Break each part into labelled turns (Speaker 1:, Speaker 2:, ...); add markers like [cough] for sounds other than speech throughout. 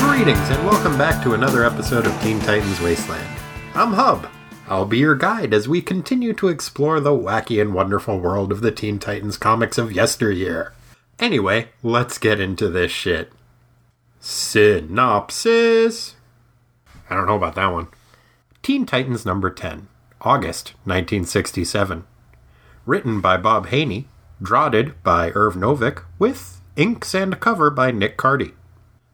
Speaker 1: Greetings and welcome back to another episode of Teen Titans Wasteland. I'm Hub. I'll be your guide as we continue to explore the wacky and wonderful world of the Teen Titans comics of yesteryear. Anyway, let's get into this shit. Synopsis. I don't know about that one. Teen Titans number 10, August 1967. Written by Bob Haney, draughted by Irv Novick, with inks and cover by Nick Cardy.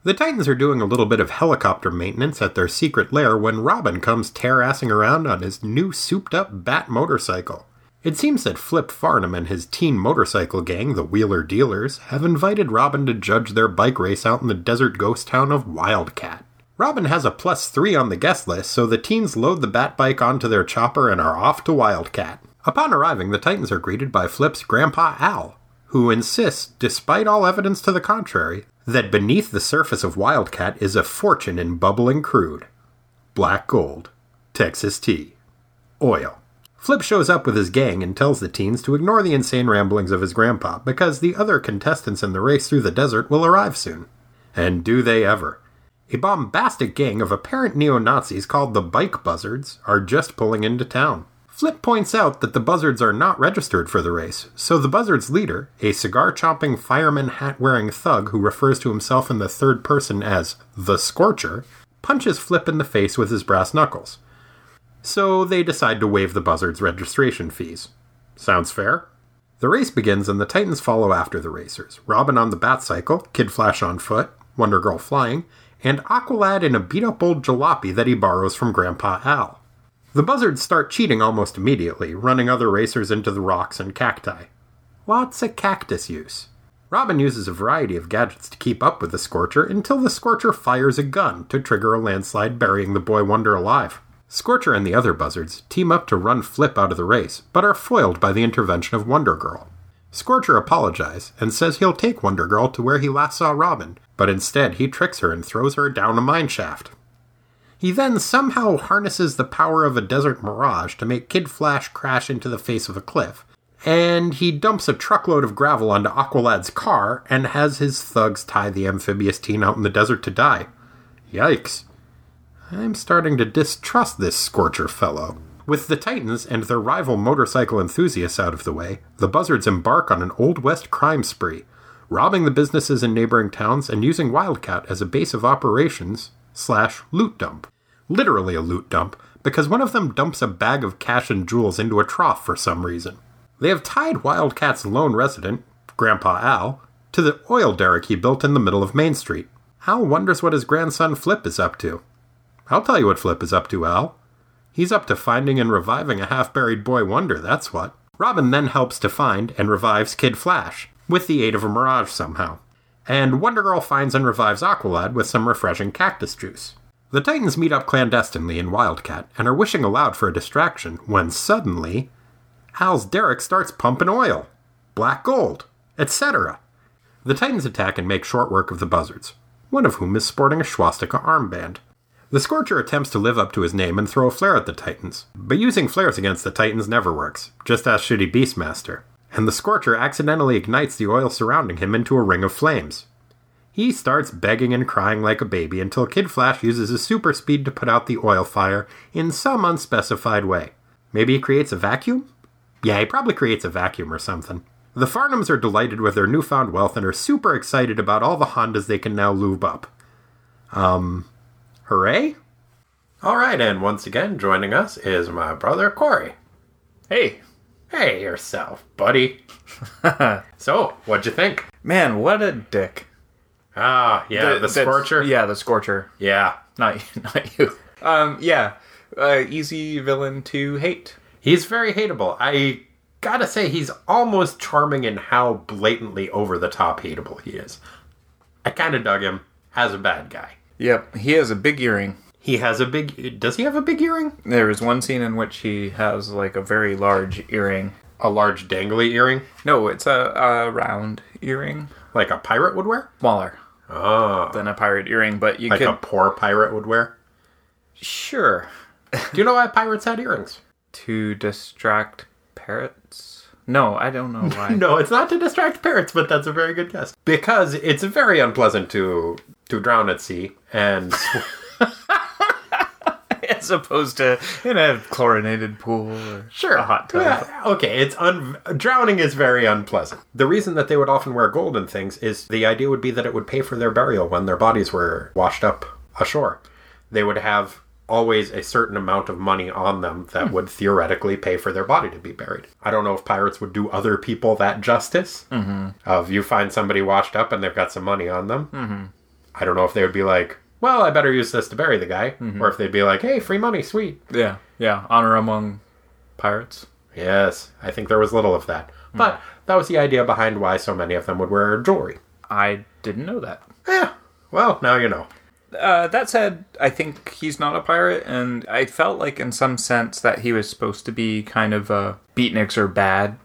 Speaker 1: The Titans are doing a little bit of helicopter maintenance at their secret lair when Robin comes tear assing around on his new souped up Bat motorcycle. It seems that Flip Farnham and his teen motorcycle gang, the Wheeler Dealers, have invited Robin to judge their bike race out in the desert ghost town of Wildcat. Robin has a plus three on the guest list, so the teens load the Bat bike onto their chopper and are off to Wildcat. Upon arriving, the Titans are greeted by Flip's grandpa Al, who insists, despite all evidence to the contrary, that beneath the surface of Wildcat is a fortune in bubbling crude, black gold, Texas tea, oil. Flip shows up with his gang and tells the teens to ignore the insane ramblings of his grandpa because the other contestants in the race through the desert will arrive soon. And do they ever? A bombastic gang of apparent neo Nazis called the Bike Buzzards are just pulling into town. Flip points out that the Buzzards are not registered for the race, so the Buzzards' leader, a cigar chomping, fireman hat wearing thug who refers to himself in the third person as the Scorcher, punches Flip in the face with his brass knuckles. So they decide to waive the Buzzards' registration fees. Sounds fair? The race begins and the Titans follow after the racers. Robin on the Batcycle, Kid Flash on foot, Wonder Girl flying, and Aqualad in a beat up old jalopy that he borrows from Grandpa Al. The buzzards start cheating almost immediately, running other racers into the rocks and cacti. Lots of cactus use. Robin uses a variety of gadgets to keep up with the Scorcher until the Scorcher fires a gun to trigger a landslide, burying the boy wonder alive. Scorcher and the other buzzards team up to run Flip out of the race, but are foiled by the intervention of Wonder Girl. Scorcher apologizes and says he'll take Wonder Girl to where he last saw Robin, but instead he tricks her and throws her down a mine shaft. He then somehow harnesses the power of a desert mirage to make Kid Flash crash into the face of a cliff, and he dumps a truckload of gravel onto Aqualad's car and has his thugs tie the amphibious teen out in the desert to die. Yikes. I'm starting to distrust this Scorcher fellow. With the Titans and their rival motorcycle enthusiasts out of the way, the Buzzards embark on an Old West crime spree, robbing the businesses in neighboring towns and using Wildcat as a base of operations slash loot dump. Literally a loot dump, because one of them dumps a bag of cash and jewels into a trough for some reason. They have tied Wildcat's lone resident, Grandpa Al, to the oil derrick he built in the middle of Main Street. Al wonders what his grandson Flip is up to. I'll tell you what Flip is up to, Al. He's up to finding and reviving a half buried boy wonder, that's what. Robin then helps to find and revives Kid Flash, with the aid of a mirage somehow. And Wonder Girl finds and revives Aqualad with some refreshing cactus juice. The Titans meet up clandestinely in Wildcat and are wishing aloud for a distraction when suddenly Hal's derrick starts pumping oil, black gold, etc. The Titans attack and make short work of the buzzards, one of whom is sporting a swastika armband. The Scorcher attempts to live up to his name and throw a flare at the Titans, but using flares against the Titans never works, just ask Shitty Beastmaster. And the Scorcher accidentally ignites the oil surrounding him into a ring of flames. He starts begging and crying like a baby until Kid Flash uses his super speed to put out the oil fire in some unspecified way. Maybe he creates a vacuum? Yeah, he probably creates a vacuum or something. The Farnhams are delighted with their newfound wealth and are super excited about all the Hondas they can now lube up. Um, hooray? All right, and once again, joining us is my brother Corey.
Speaker 2: Hey,
Speaker 1: Hey yourself, buddy. so, what'd you think?
Speaker 2: man, what a dick.
Speaker 1: Ah, yeah, the,
Speaker 2: that's-
Speaker 1: scorcher.
Speaker 2: Yeah, the Uh, scorcher.
Speaker 1: yeah,
Speaker 2: Not [laughs] you- not you. Um, yeah, uh, easy villain to hate.
Speaker 1: he's very hateable. I gotta say, he's almost charming in how blatantly over the top hateable he is. I kind of dug him as a bad guy.
Speaker 2: Yep, he has a big earring.
Speaker 1: He has a big. Does he have a big earring?
Speaker 2: There is one scene in which he has like a very large earring.
Speaker 1: A large dangly earring,
Speaker 2: No, it's a, a round earring,
Speaker 1: like a pirate would wear.
Speaker 2: smaller
Speaker 1: Oh,
Speaker 2: than a pirate earring, but you
Speaker 1: like
Speaker 2: can
Speaker 1: a poor pirate would wear.
Speaker 2: sure
Speaker 1: Do you know why pirates had earrings?
Speaker 2: to distract parrots. No, I don't know why.
Speaker 1: No, it's not to distract parrots, but that's a very good guess. Because it's very unpleasant to to drown at sea and sw-
Speaker 2: [laughs] as opposed to in a chlorinated pool. Or
Speaker 1: sure
Speaker 2: a hot tub.
Speaker 1: Yeah, okay, it's un- drowning is very unpleasant. The reason that they would often wear gold and things is the idea would be that it would pay for their burial when their bodies were washed up ashore. They would have always a certain amount of money on them
Speaker 2: Hmm.
Speaker 1: that would theoretically pay for their body to be buried. I don't know if pirates would do other people that justice. Mm-hmm. Of you find somebody washed up and they've got some money on them.
Speaker 2: Mm-hmm.
Speaker 1: I don't know if they would be like, well, I better use this to bury the guy,
Speaker 2: Mm-hmm.
Speaker 1: or if they'd be like, hey, free money, sweet.
Speaker 2: yeah, yeah. Honor among pirates.
Speaker 1: Yes, I think there was little of that. But that was the idea behind why so many of them would wear jewelry.
Speaker 2: I didn't know that.
Speaker 1: Yeah, well, now you know.
Speaker 2: Uh, that said, I think he's not a pirate, and I felt like in some sense that he was supposed to be kind of a beatniks or bad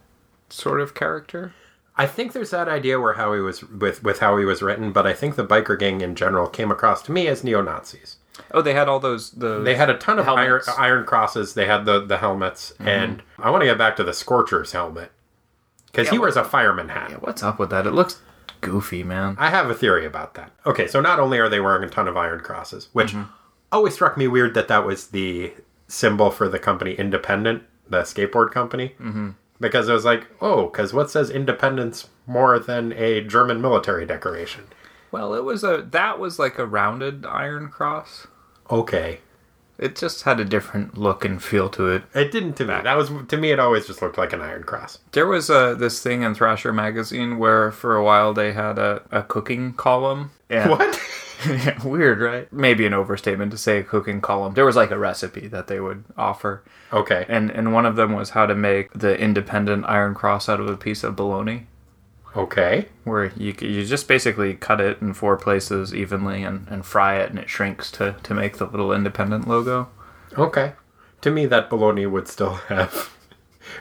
Speaker 2: sort of character.
Speaker 1: I think there's that idea where how he was with with how he was written, but I think the biker gang in general came across to me as neo Nazis.
Speaker 2: Oh, they had all those the
Speaker 1: They had a ton of iron,
Speaker 2: Helmets.
Speaker 1: iron crosses. They had the the helmets, and I want to get back to the Scorcher's helmet because he wears a fireman hat.
Speaker 2: What's up with that? It looks goofy, man.
Speaker 1: I have a theory about that. Okay, so not only are they wearing a ton of iron crosses, which
Speaker 2: Mm-hmm.
Speaker 1: always struck me weird that that was the symbol for the company Independent, the skateboard company, mm-hmm. because it was like, oh, because what says independence more than a German military decoration?
Speaker 2: Well, it was a that was like a rounded iron cross.
Speaker 1: Okay,
Speaker 2: It just had a different look and feel to it.
Speaker 1: it didn't to me. That was to me, it always just looked like an iron cross.
Speaker 2: There was a this thing in Thrasher magazine where for a while they had a, a cooking column. And
Speaker 1: What?
Speaker 2: Yeah, [laughs] Weird, right? Maybe an overstatement to say a cooking column. There was like a recipe that they would offer,
Speaker 1: [laughs] okay,
Speaker 2: and and one of them was how to make the independent iron cross out of a piece of bologna,
Speaker 1: okay,
Speaker 2: where you c- you just basically cut it in four places evenly and, and fry it, and it shrinks to to make the little independent logo.
Speaker 1: okay. To me, that bologna would still [laughs] have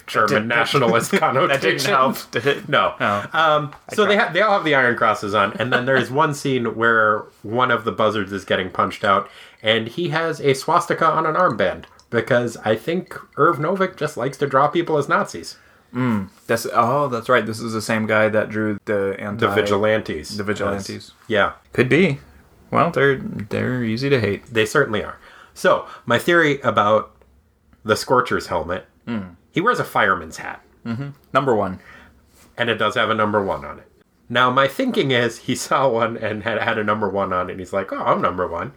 Speaker 1: German nationalist
Speaker 2: [laughs] That
Speaker 1: connotations.
Speaker 2: didn't help, did it?
Speaker 1: No.
Speaker 2: No.
Speaker 1: Um, so they ha- they all have the iron crosses on, and then there's one [laughs] scene where one of the buzzards is getting punched out, and he has a swastika on an armband because I think Irv Novik just likes to draw people as Nazis,
Speaker 2: That's oh, that's right. This is the same guy that drew the anti
Speaker 1: the vigilantes.
Speaker 2: the vigilantes.
Speaker 1: Yes. Yeah,
Speaker 2: Could be. Well, they're they're easy to hate.
Speaker 1: they certainly are. So my theory about the Scorcher's helmet,
Speaker 2: Hmm.
Speaker 1: he wears a fireman's hat,
Speaker 2: Number one.
Speaker 1: and it does have a number one on it. Now my thinking is he [laughs] saw one and had had a number one on it, and he's like, "Oh, I'm number one."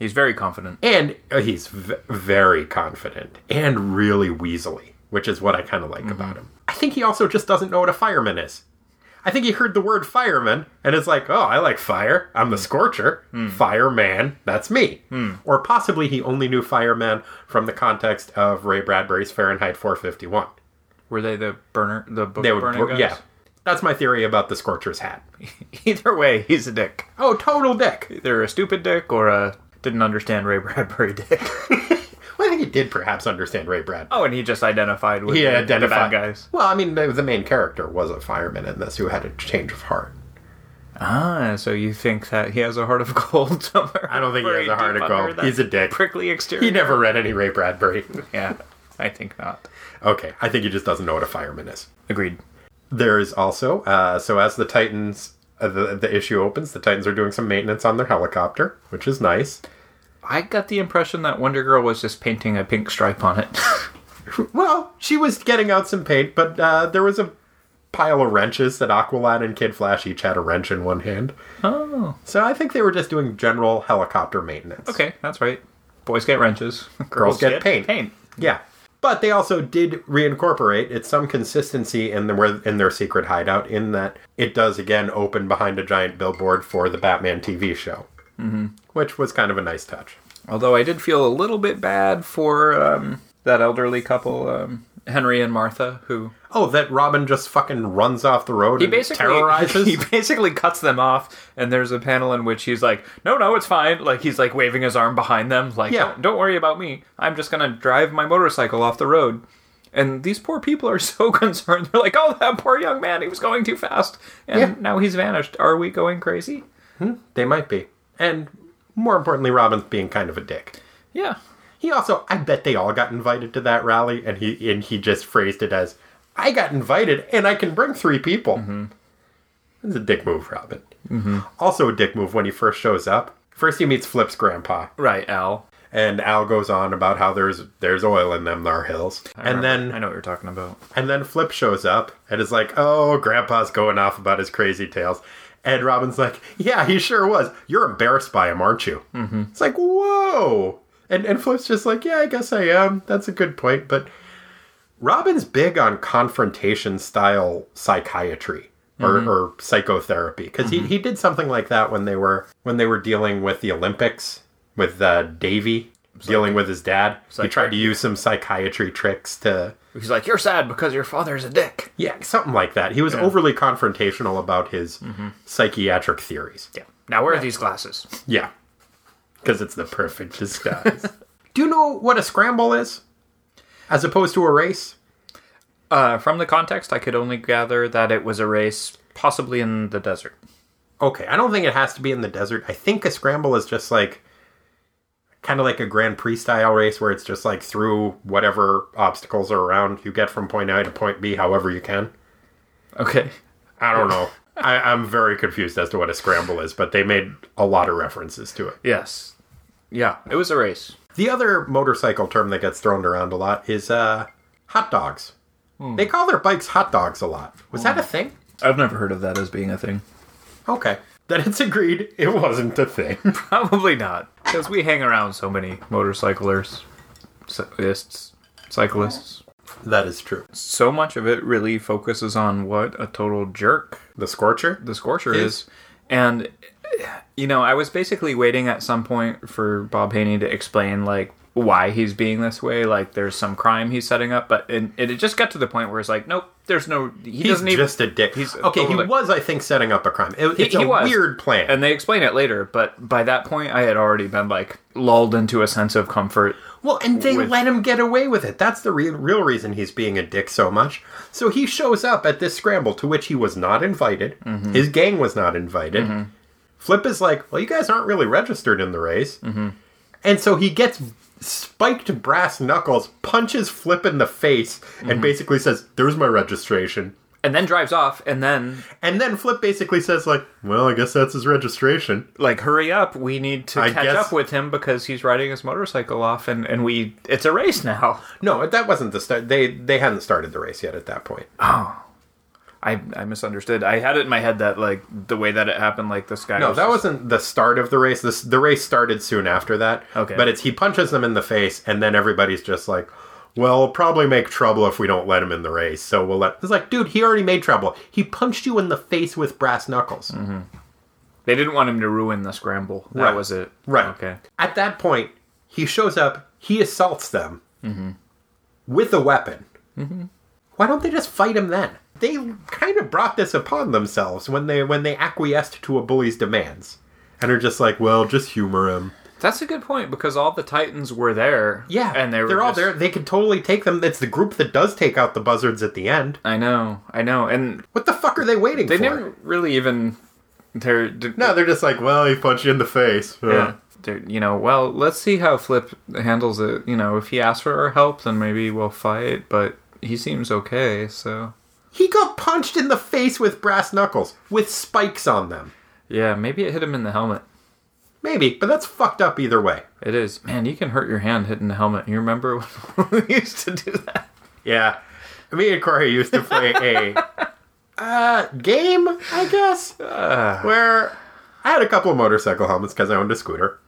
Speaker 2: He's very confident.
Speaker 1: And uh, he's v- very confident and really weaselly, which is what I kind of like about him. I think he also just doesn't know what a fireman is. I think he heard the word fireman and is like, oh, I like fire. I'm the scorcher. Fireman, that's me. Or possibly he only knew fireman from the context of Ray Bradbury's Fahrenheit 451.
Speaker 2: Were they the burner the book
Speaker 1: They would,
Speaker 2: burning guys?
Speaker 1: yeah. That's my theory about the scorcher's hat.
Speaker 2: [laughs] Either way, he's a dick.
Speaker 1: Oh, total dick.
Speaker 2: Either a stupid dick or a didn't understand Ray [laughs] Bradbury dick.
Speaker 1: Well, I think he did perhaps understand Ray Bradbury.
Speaker 2: oh, and he just identified with
Speaker 1: he
Speaker 2: the, the
Speaker 1: identified.
Speaker 2: bad guys.
Speaker 1: Well, I mean, the, the main character was a fireman in this who had a change of heart.
Speaker 2: Ah, so you think that he has a heart of gold [laughs] somewhere?
Speaker 1: I don't think he
Speaker 2: Very
Speaker 1: has a heart
Speaker 2: deep
Speaker 1: of
Speaker 2: under
Speaker 1: gold.
Speaker 2: that
Speaker 1: He's a dick.
Speaker 2: prickly exterior.
Speaker 1: He never read any Ray Bradbury. [laughs]
Speaker 2: yeah, I think not.
Speaker 1: okay, I think he just doesn't know what a fireman is.
Speaker 2: Agreed.
Speaker 1: There is also, uh, so as the Titans, uh, the, the issue opens, the Titans are doing some maintenance on their helicopter, which is nice.
Speaker 2: I got the impression that Wonder Girl was just painting a pink stripe on it. [laughs]
Speaker 1: Well, she was getting out some paint, but uh, there was a pile of wrenches that Aqualad and Kid Flash each had a wrench in one hand.
Speaker 2: oh,
Speaker 1: So I think they were just doing general helicopter maintenance.
Speaker 2: okay, that's right. Boys get wrenches, [laughs] girls,
Speaker 1: get paint.
Speaker 2: Paint.
Speaker 1: Yeah. But they also did reincorporate it's some consistency in the where- in their secret hideout in that it does again open behind a giant billboard for the Batman TV show, mm-hmm. which was kind of a nice touch.
Speaker 2: Although I did feel a little bit bad for um, that elderly couple, um, Henry and Martha, who
Speaker 1: Oh, that Robin just fucking runs off the road
Speaker 2: he
Speaker 1: and
Speaker 2: basically
Speaker 1: terrorizes.
Speaker 2: [laughs] he basically cuts them off. And there's a panel in which he's like, "No, no, it's fine." Like he's like waving his arm behind them, like,
Speaker 1: Yeah.
Speaker 2: "Don't, don't worry about me. I'm just gonna drive my motorcycle off the road." And these poor people are [laughs] so concerned. They're like, "Oh, that poor young man. He was going too fast, and
Speaker 1: Yeah.
Speaker 2: now he's vanished. Are we going crazy?"
Speaker 1: they might be, and more importantly, Robin's being kind of a dick.
Speaker 2: Yeah.
Speaker 1: He also, I bet they all got invited to that rally, and he and he just phrased it
Speaker 2: Mm-hmm.
Speaker 1: as, "I got invited, and I can bring three people." It's a dick move, Robin. Also, a dick move when he first shows up. First, he meets Flip's grandpa,
Speaker 2: Right, Al.
Speaker 1: and Al goes on about how there's there's oil in them thar hills,
Speaker 2: I
Speaker 1: and
Speaker 2: remember. I
Speaker 1: then
Speaker 2: know what you're talking about.
Speaker 1: and then Flip shows up and is like, "Oh, grandpa's going off about his crazy tales." And Robin's like, "Yeah, he sure was. You're embarrassed by him, aren't you?" Mm-hmm. It's like, "Whoa!" And and Flip's just like, "Yeah, I guess I am. That's a good point." But Robin's big on confrontation style psychiatry or, or psychotherapy because he, he did something like that when they were when they were dealing with the Olympics with uh, Davy dealing with his dad. He tried to use some psychiatry tricks to
Speaker 2: He's like, you're sad because your father's a dick.
Speaker 1: yeah something like that. He was overly confrontational about his psychiatric theories.
Speaker 2: Yeah. Now where are these glasses?
Speaker 1: Yeah, because it's the perfect disguise. Do you know what a scramble is, as opposed to a race?
Speaker 2: Uh, from the context, I could only gather that it was a race, possibly in the desert.
Speaker 1: Okay, I don't think it has to be in the desert. I think a scramble is just like kind of like a Grand Prix style race where it's just like through whatever obstacles are around. You get from point A to point B however you can.
Speaker 2: Okay.
Speaker 1: I don't know. I, I'm very confused as to what a scramble is, but they made a lot of references to it.
Speaker 2: Yes. Yeah, it was a race.
Speaker 1: The other motorcycle term that gets thrown around a lot is uh, hot dogs.
Speaker 2: Hmm.
Speaker 1: They call their bikes hot dogs a lot. Was that a thing?
Speaker 2: I've never heard of that as being a thing.
Speaker 1: Okay. Then it's agreed it wasn't a
Speaker 2: [laughs]
Speaker 1: thing.
Speaker 2: Probably not, because we hang around so many motorcyclers, cyclists, cyclists.
Speaker 1: that is true.
Speaker 2: So much of it really focuses on what a total jerk
Speaker 1: The Scorcher?
Speaker 2: the Scorcher is. And, you know, I was basically waiting at some point for Bob Haney to explain, like, why he's being this way. Like, there's some crime he's setting up, but and it, it just got to the point where it's like, nope, there's no. He
Speaker 1: He's
Speaker 2: doesn't even.
Speaker 1: just a dick.
Speaker 2: he's a
Speaker 1: okay, he
Speaker 2: total dick.
Speaker 1: was, I think, setting up a crime. It, it's
Speaker 2: he
Speaker 1: a
Speaker 2: was.
Speaker 1: weird plan.
Speaker 2: and they explain it later, but by that point, I had already been, like, lulled into a sense of comfort.
Speaker 1: well, and they
Speaker 2: with-
Speaker 1: let him get away with it. That's the real, real reason he's being a dick so much. So he shows up at this scramble to which he was not invited. His gang was not invited. Flip is like, well, you guys aren't really registered in the race. And so he gets spiked brass knuckles, punches Flip in the face, and basically says, there's my registration.
Speaker 2: And then drives off, and then,
Speaker 1: And then Flip basically says, like, well, I guess that's his registration.
Speaker 2: like, hurry up, we need to
Speaker 1: I
Speaker 2: catch
Speaker 1: guess-
Speaker 2: up with him because he's riding his motorcycle off, and, and we. It's a race now. [laughs]
Speaker 1: No, that wasn't the start. They they hadn't started the race yet at that point.
Speaker 2: I, I misunderstood. I had it in my head that like the way that it happened, like this guy.
Speaker 1: No,
Speaker 2: was
Speaker 1: that
Speaker 2: just-
Speaker 1: wasn't the start of the race. This the race started soon after that.
Speaker 2: Okay.
Speaker 1: but it's he punches them in the face, and then everybody's just like, "Well, we'll probably make trouble if we don't let him in the race." So we'll let. It's like, dude, he already made trouble. He punched you in the face with brass knuckles.
Speaker 2: Mm-hmm. They didn't want him to ruin the scramble. That
Speaker 1: Right.
Speaker 2: was it.
Speaker 1: Right.
Speaker 2: Okay.
Speaker 1: At that point, he shows up. He assaults them
Speaker 2: Mm-hmm.
Speaker 1: with a weapon. Why don't they just fight him then? They kind of brought this upon themselves when they when they acquiesced to a bully's demands and are just like, well, just humor him.
Speaker 2: That's a good point because all the Titans were there.
Speaker 1: Yeah,
Speaker 2: And they were
Speaker 1: they're all
Speaker 2: just-
Speaker 1: there. They could totally take them. It's the group that does take out the buzzards at the end.
Speaker 2: I know. I know. And
Speaker 1: What the fuck are they waiting
Speaker 2: they
Speaker 1: for?
Speaker 2: never really even. They're d-
Speaker 1: No, they're just like, well, he punched you in the face. Uh,
Speaker 2: Yeah. They're, you know, well, let's see how Flip handles it. You know, if he asks for our help, then maybe we'll fight. But he seems okay. So
Speaker 1: He got punched in the face with brass knuckles with spikes on them.
Speaker 2: yeah, maybe it hit him in the helmet.
Speaker 1: Maybe, but that's fucked up either way.
Speaker 2: It is. Man, you can hurt your hand hitting the helmet. You remember [laughs] when we used to do that?
Speaker 1: Yeah. Me and Corey used to [laughs] play a uh, game, I guess,
Speaker 2: Ah.
Speaker 1: where I had a couple of motorcycle helmets because I owned a scooter.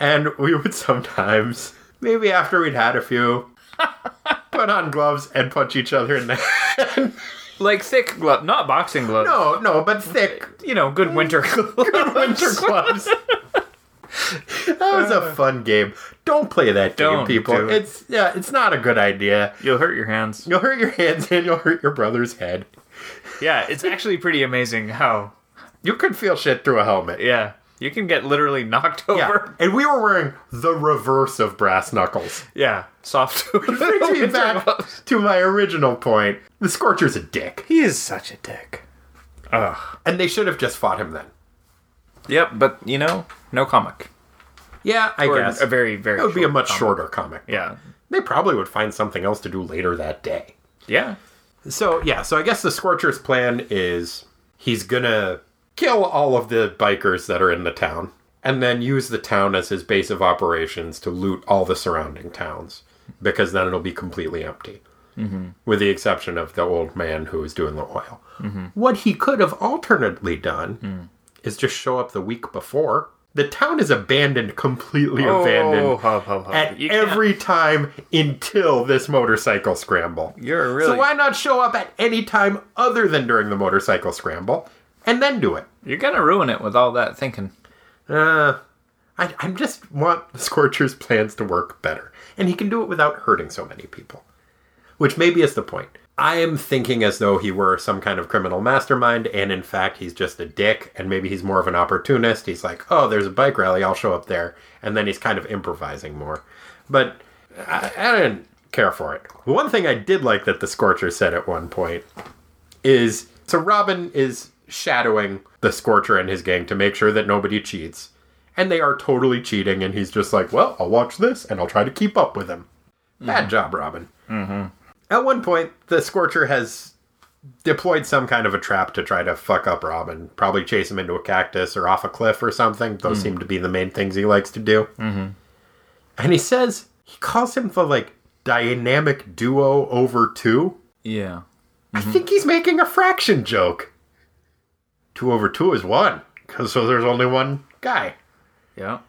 Speaker 1: And we [laughs] would sometimes, maybe after we'd had a few,
Speaker 2: [laughs]
Speaker 1: put on gloves and punch each other in the head. [laughs]
Speaker 2: Like thick glove, not boxing gloves.
Speaker 1: no, no, but
Speaker 2: [laughs]
Speaker 1: thick
Speaker 2: You know, good winter gloves.
Speaker 1: winter gloves. [laughs] that was a fun game. Don't play that game,
Speaker 2: Uh. Don't
Speaker 1: people.
Speaker 2: do it.
Speaker 1: It's yeah, it's not a good idea.
Speaker 2: You'll hurt your hands.
Speaker 1: You'll hurt your hands and you'll hurt your brother's head.
Speaker 2: Yeah, it's actually pretty amazing how.
Speaker 1: You could feel shit through a helmet.
Speaker 2: Yeah, you can get literally knocked
Speaker 1: Yeah.
Speaker 2: over.
Speaker 1: And we were wearing the reverse of brass knuckles.
Speaker 2: Yeah, [laughs] soft.
Speaker 1: Brings me [laughs]
Speaker 2: winter
Speaker 1: back
Speaker 2: gloves.
Speaker 1: to my original point. The Scorcher's a dick.
Speaker 2: He is such a dick. Ugh.
Speaker 1: And they should have just fought him then.
Speaker 2: Yep, but you know, no comic.
Speaker 1: Yeah, I
Speaker 2: Or
Speaker 1: guess.
Speaker 2: a very, very.
Speaker 1: that would be a
Speaker 2: short
Speaker 1: much
Speaker 2: comic.
Speaker 1: shorter comic.
Speaker 2: Yeah.
Speaker 1: They probably would find something else to do later that day.
Speaker 2: Yeah.
Speaker 1: So, yeah, so I guess the Scorcher's plan is he's gonna kill all of the bikers that are in the town and then use the town as his base of operations to loot all the surrounding towns because then it'll be completely empty with the exception of the old man who is doing the oil what he could have alternately done is just show up the week before the town is abandoned completely
Speaker 2: Oh,
Speaker 1: abandoned
Speaker 2: hub, hub, hub.
Speaker 1: at
Speaker 2: You can't-
Speaker 1: every time until this motorcycle scramble
Speaker 2: You're really.
Speaker 1: so why not show up at any time other than during the motorcycle scramble and then do it?
Speaker 2: You're gonna ruin it with all that thinking.
Speaker 1: Uh, I, I just want Scorcher's plans to work better. And he can do it without hurting so many people. Which maybe is the point. I am thinking as though he were some kind of criminal mastermind, and in fact, he's just a dick, and maybe he's more of an opportunist. He's like, oh, there's a bike rally, I'll show up there. And then he's kind of improvising more. But I, I didn't care for it. One thing I did like that the Scorcher said at one point is so Robin is shadowing the Scorcher and his gang to make sure that nobody cheats. And they are totally cheating, and he's just like, well, I'll watch this and I'll try to keep up with him. Bad job, Robin. Mm-hmm. At one point, the Scorcher has deployed some kind of a trap to try to fuck up Robin. Probably chase him into a cactus or off a cliff or something. Those seem to be the main things he likes to do. Mm-hmm. And he says, he calls him the, like, dynamic duo over two.
Speaker 2: Yeah.
Speaker 1: I think he's making a fraction joke. Two over two is one, 'cause so there's only one guy.
Speaker 2: Yeah.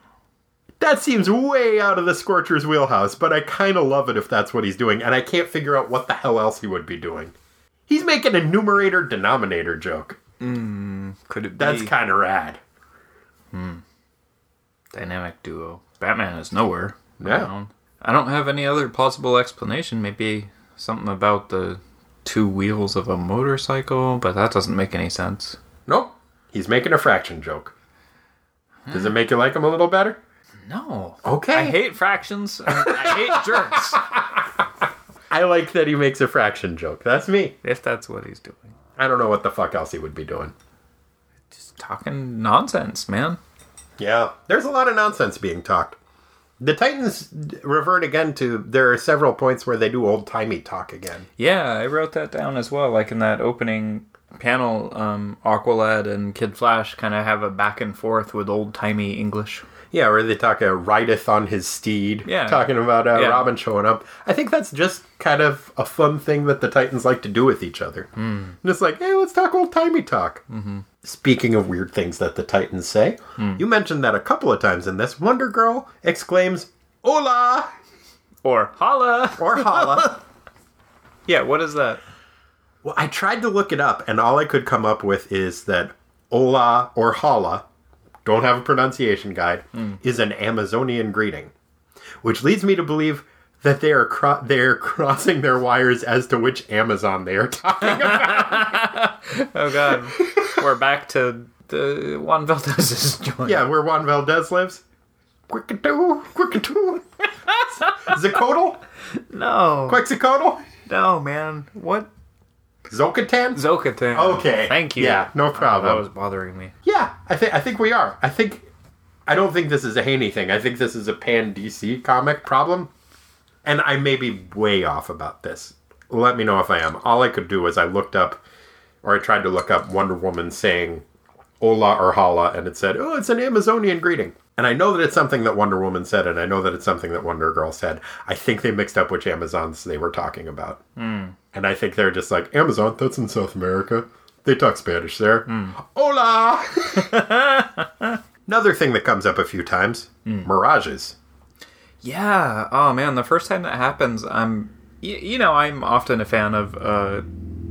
Speaker 1: That seems way out of the Scorcher's wheelhouse, but I kind of love it if that's what he's doing, and I can't figure out what the hell else he would be doing. He's making a numerator denominator joke.
Speaker 2: Could it be
Speaker 1: That's kind of rad.
Speaker 2: dynamic duo? Batman is nowhere.
Speaker 1: Yeah.
Speaker 2: around. I don't have any other plausible explanation. Maybe something about the two wheels of a motorcycle, but that doesn't make any sense.
Speaker 1: Nope. He's making a fraction joke. Does it make you like him a little better?
Speaker 2: No.
Speaker 1: Okay.
Speaker 2: I hate fractions. I, I hate jerks.
Speaker 1: I like that he makes a fraction joke. That's me.
Speaker 2: [laughs] If that's what he's doing.
Speaker 1: I don't know what the fuck else he would be doing.
Speaker 2: Just talking nonsense, man.
Speaker 1: Yeah, there's a lot of nonsense being talked. The Titans revert again to there are several points where they do old timey talk again.
Speaker 2: Yeah, I wrote that down as well. Like in that opening panel, um, Aqualad and Kid Flash kind of have a back and forth with old timey English.
Speaker 1: Yeah, where they talk uh, rideth on his steed.
Speaker 2: Yeah.
Speaker 1: talking about uh,
Speaker 2: Yeah.
Speaker 1: Robin showing up. I think that's just kind of a fun thing that the Titans like to do with each other.
Speaker 2: Hmm.
Speaker 1: Mm. Just like, hey, let's talk old timey talk. Mm-hmm. Speaking of weird things that the Titans say,
Speaker 2: Hmm.
Speaker 1: you mentioned that a couple of times in this. Wonder Girl exclaims, "Hola!"
Speaker 2: Or holla.
Speaker 1: or
Speaker 2: [laughs]
Speaker 1: "Holla."
Speaker 2: Yeah, what is that?
Speaker 1: Well, I tried to look it up, and all I could come up with is that Ola or Hala, don't have a pronunciation guide,
Speaker 2: Hmm.
Speaker 1: is an Amazonian greeting, which leads me to believe that they are cro- they are [laughs] crossing their wires as to which Amazon they are talking
Speaker 2: [laughs]
Speaker 1: about.
Speaker 2: Oh
Speaker 1: [laughs]
Speaker 2: god, we're back to the Juan Valdez's [laughs] joint.
Speaker 1: yeah, where Juan Valdez lives. Quickatoo,
Speaker 2: [laughs]
Speaker 1: quickatoo. Zacodal?
Speaker 2: No.
Speaker 1: Quexicodal?
Speaker 2: No, man. What?
Speaker 1: Zocatan?
Speaker 2: Zocatan.
Speaker 1: Okay.
Speaker 2: Thank you.
Speaker 1: Yeah, no
Speaker 2: Oh,
Speaker 1: problem.
Speaker 2: that was bothering me.
Speaker 1: Yeah, I think I think we are. I think I don't think this is a Haney thing. I think this is a pan DC comic problem. And I may be way off about this. Let me know if I am. All I could do was I looked up or I tried to look up Wonder Woman saying Ola or Hala and it said, "Oh, it's an Amazonian greeting." And I know that it's something that Wonder Woman said and I know that it's something that Wonder Girl said. I think they mixed up which Amazons they were talking about. And I think they're just like, Amazon, that's in South America. They talk Spanish there.
Speaker 2: [laughs]
Speaker 1: Hola! Another thing that comes up a few times
Speaker 2: Hmm.
Speaker 1: mirages.
Speaker 2: Yeah. Oh man, the first time that happens, I'm. y- You know, I'm often a fan of uh,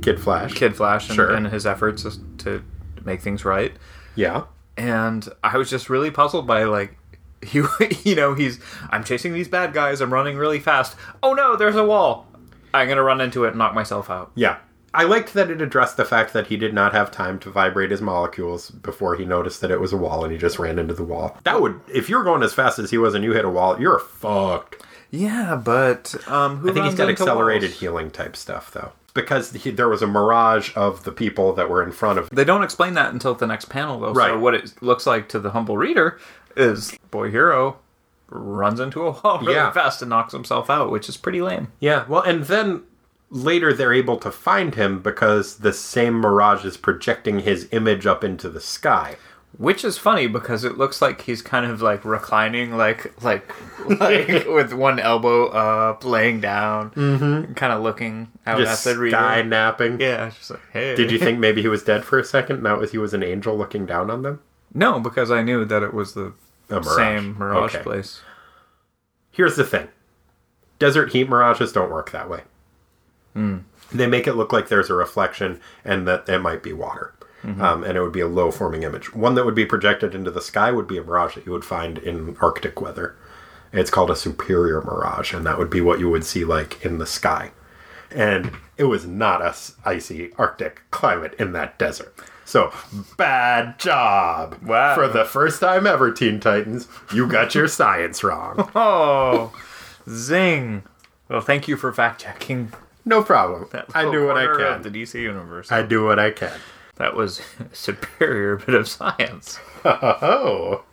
Speaker 1: Kid Flash.
Speaker 2: Kid Flash and,
Speaker 1: Sure.
Speaker 2: and his efforts to make things right.
Speaker 1: Yeah.
Speaker 2: and I was just really puzzled by like [laughs] he you know he's I'm chasing these bad guys I'm running really fast oh no there's a wall I'm gonna run into it and knock myself out
Speaker 1: Yeah. I liked that it addressed the fact that he did not have time to vibrate his molecules before he noticed that it was a wall and he just ran into the wall. That would, if you're going as fast as he was and you hit a wall, you're fucked.
Speaker 2: yeah but um who
Speaker 1: I think he's got accelerated
Speaker 2: walls?
Speaker 1: healing type stuff, though. Because he, there was a mirage of the people that were in front of
Speaker 2: they don't explain that until the next panel though so
Speaker 1: Right.
Speaker 2: what it looks like to the humble reader is boy hero runs into a wall really
Speaker 1: Yeah.
Speaker 2: fast and knocks himself out which is pretty lame
Speaker 1: Yeah, well, and then later they're able to find him because the same mirage is projecting his image up into the sky.
Speaker 2: Which is funny because it looks like he's kind of like reclining, like like
Speaker 1: [laughs]
Speaker 2: like with one elbow up, laying down, mm-hmm. kind of looking out
Speaker 1: Just
Speaker 2: at the reader.
Speaker 1: sky napping.
Speaker 2: Yeah, it's just like hey.
Speaker 1: Did you think maybe he was dead for a second? And that was he was an angel looking down on them.
Speaker 2: No, because I knew that it was the
Speaker 1: A mirage.
Speaker 2: same mirage
Speaker 1: Okay.
Speaker 2: place.
Speaker 1: Here's the thing: desert heat mirages don't work that way. They make it look like there's a reflection and that it might be water, um, and it would be a low forming image. One that would be projected into the sky would be a mirage that you would find in Arctic weather. It's called a superior mirage, and that would be what you would see like in the sky. And it was not a s- icy Arctic climate in that desert. So bad job.
Speaker 2: Wow.
Speaker 1: For the first time ever, Teen Titans, you got your science wrong.
Speaker 2: Oh, zing! Well, thank you for fact checking.
Speaker 1: No problem. I do what I
Speaker 2: Of the
Speaker 1: can.
Speaker 2: DC universe.
Speaker 1: I do what I can.
Speaker 2: that was [laughs] a superior bit of science.
Speaker 1: Oh.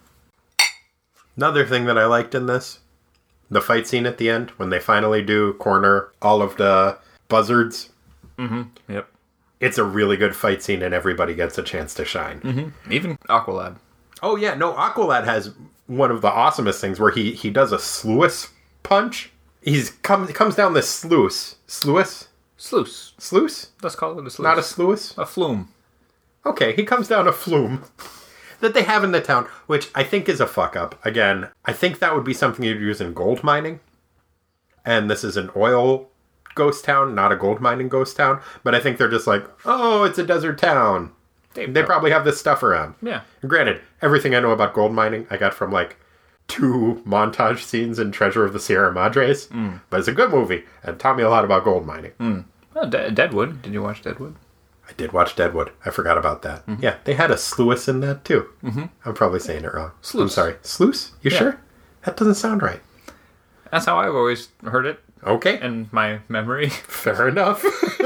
Speaker 1: Another thing that I liked in this the fight scene at the end when they finally do corner all of the buzzards.
Speaker 2: Yep.
Speaker 1: It's a really good fight scene and everybody gets a chance to shine.
Speaker 2: Mm-hmm. Even Aqualad.
Speaker 1: Oh, yeah. No, Aqualad has one of the awesomest things where he, he does a sluice punch. He's come, comes down this sluice. Sluice?
Speaker 2: Sluice.
Speaker 1: Sluice?
Speaker 2: Let's call it a sluice.
Speaker 1: Not a sluice?
Speaker 2: a flume.
Speaker 1: Okay, he comes down a flume that they have in the town, which I think is a fuck up. Again, I think that would be something you'd use in gold mining. And this is an oil ghost town, not a gold mining ghost town. But I think they're just like, oh, it's a desert town. They probably have this stuff around.
Speaker 2: Yeah.
Speaker 1: Granted, everything I know about gold mining I got from like two montage scenes in Treasure of the Sierra Madres. But it's a good movie and taught me a lot about gold mining.
Speaker 2: Oh, De- Deadwood. Did you watch Deadwood?
Speaker 1: I did watch Deadwood. I forgot about that.
Speaker 2: Mm-hmm.
Speaker 1: Yeah, they had a sluice in that too. Mm-hmm. I'm probably saying it wrong. I'm
Speaker 2: Sluice.
Speaker 1: sorry. Sluice? You sure? That doesn't sound right.
Speaker 2: That's how I've always heard it
Speaker 1: Okay.
Speaker 2: in my memory. [laughs]
Speaker 1: Fair enough. [laughs]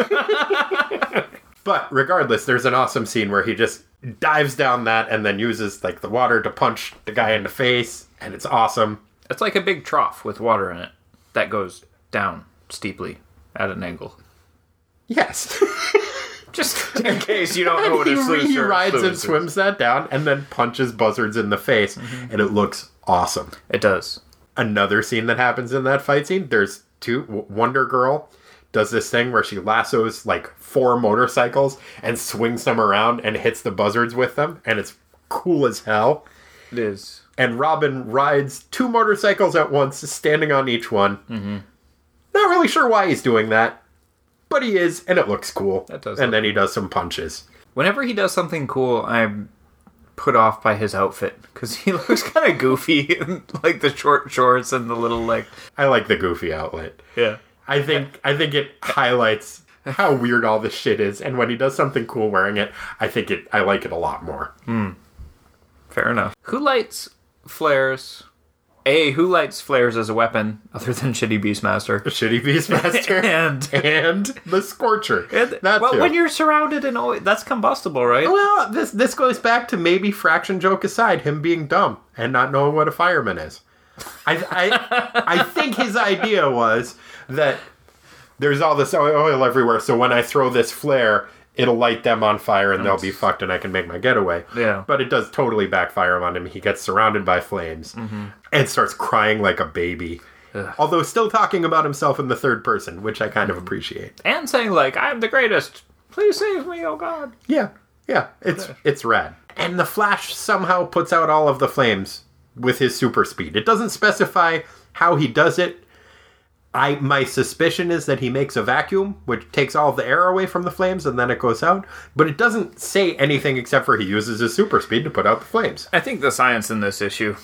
Speaker 1: but regardless, there's an awesome scene where he just dives down that and then uses like the water to punch the guy in the face, and it's awesome.
Speaker 2: It's like a big trough with water in it that goes down steeply at an angle. [laughs]
Speaker 1: Yes.
Speaker 2: Just [laughs] in case you don't know
Speaker 1: [laughs]
Speaker 2: what
Speaker 1: he,
Speaker 2: a sluice
Speaker 1: he
Speaker 2: or a
Speaker 1: rides
Speaker 2: flume
Speaker 1: and
Speaker 2: Oh, is.
Speaker 1: swims that down and then punches buzzards in the face,
Speaker 2: Mm-hmm.
Speaker 1: and it looks awesome.
Speaker 2: It does.
Speaker 1: another scene that happens in that fight scene. There's two W- Wonder Girl does this thing where she lassos like four motorcycles and swings them around and hits the buzzards with them, and it's cool as hell.
Speaker 2: It is.
Speaker 1: And Robin rides two motorcycles at once, standing on each one. Mm-hmm. Not really sure why he's doing that, but he is, and it looks cool.
Speaker 2: That does
Speaker 1: And
Speaker 2: look
Speaker 1: then he does some punches.
Speaker 2: Whenever he does something cool, I'm put off by his outfit because he [laughs] looks kind of goofy [laughs] in like the short shorts and the little like
Speaker 1: I like the goofy outlet.
Speaker 2: yeah.
Speaker 1: I think I think it highlights how weird all this shit is, and when he does something cool wearing it, I think it I like it a lot more.
Speaker 2: Fair enough. Who lights flares? A who lights flares as a weapon other than Shitty Beastmaster?
Speaker 1: The shitty Beastmaster
Speaker 2: [laughs] And
Speaker 1: and the Scorcher.
Speaker 2: And-
Speaker 1: That
Speaker 2: well,
Speaker 1: too.
Speaker 2: when you're surrounded and all that's combustible, right?
Speaker 1: well, this this goes back to maybe fraction joke aside, him being dumb and not knowing what a fireman is. I
Speaker 2: [laughs]
Speaker 1: I, I think his idea was that there's all this oil everywhere, so when I throw this flare, it'll light them on fire and they'll be fucked, and I can make my getaway.
Speaker 2: Yeah.
Speaker 1: but it does totally backfire on him. He gets surrounded by flames
Speaker 2: Mm-hmm.
Speaker 1: and starts crying like a baby. Although still talking about himself in the third person, which I kind of
Speaker 2: Mm-hmm.
Speaker 1: appreciate.
Speaker 2: And saying like, "I'm the greatest. Please save me, oh God."
Speaker 1: Yeah, yeah, it's it's rad. And the Flash somehow puts out all of the flames with his super speed. It doesn't specify how he does it. I my suspicion is that he makes a vacuum, which takes all the air away from the flames, and then it goes out. But it doesn't say anything except for he uses his super speed to put out the flames.
Speaker 2: I think the science in this issue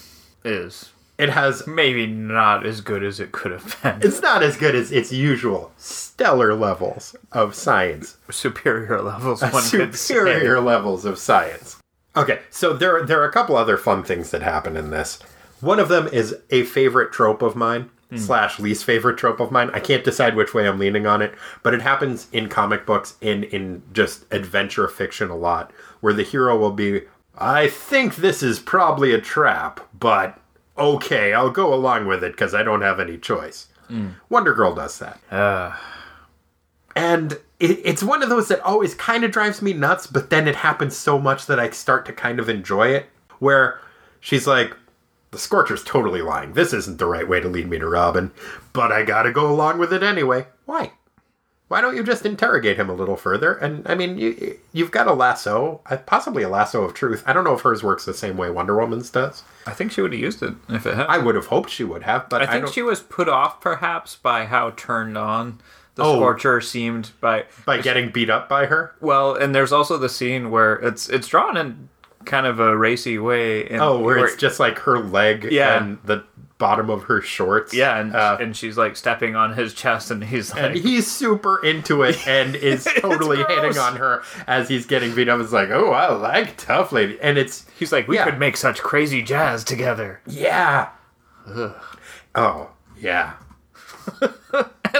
Speaker 2: is
Speaker 1: It has
Speaker 2: maybe not as good as it could have been. [laughs]
Speaker 1: it's not as good as its usual stellar levels of science.
Speaker 2: [laughs] superior levels. One could say.
Speaker 1: superior levels of science. Okay, so there there are a couple other fun things that happen in this. One of them is a favorite trope of mine slash least favorite trope of mine. I can't decide which way I'm leaning on it, but it happens in comic books in in just adventure fiction a lot, where the hero will be, I think this is probably a trap, but okay, I'll go along with it because I don't have any choice. Wonder Girl does that. And it, it's one of those that always kind of drives me nuts, but then it happens so much that I start to kind of enjoy it. Where she's like, the Scorcher's totally lying. This isn't the right way to lead me to Robin, but I gotta go along with it anyway. Why? Why don't you just interrogate him a little further? And I mean, you, you've got a lasso, uh, possibly a lasso of truth. I don't know if hers works the same way Wonder Woman's does.
Speaker 2: I think she would have used it if it had.
Speaker 1: I would have hoped she would have, but
Speaker 2: I think
Speaker 1: don't-
Speaker 2: she was put off perhaps by how turned on the
Speaker 1: Oh.
Speaker 2: Scorcher seemed by
Speaker 1: by getting beat up by her.
Speaker 2: Well, and there's also the scene where it's it's drawn in kind of a racy way. And
Speaker 1: Oh, where it's just like her leg
Speaker 2: Yeah.
Speaker 1: and the bottom of her shorts.
Speaker 2: yeah, and,
Speaker 1: Uh,
Speaker 2: and she's like stepping on his chest, and he's like,
Speaker 1: and he's super into it
Speaker 2: [laughs]
Speaker 1: and is totally hitting
Speaker 2: gross.
Speaker 1: on her as he's getting beat up. It's like, oh, I like tough lady, and it's
Speaker 2: he's like, we
Speaker 1: Yeah.
Speaker 2: could make such crazy jazz together. [laughs]
Speaker 1: yeah, oh yeah,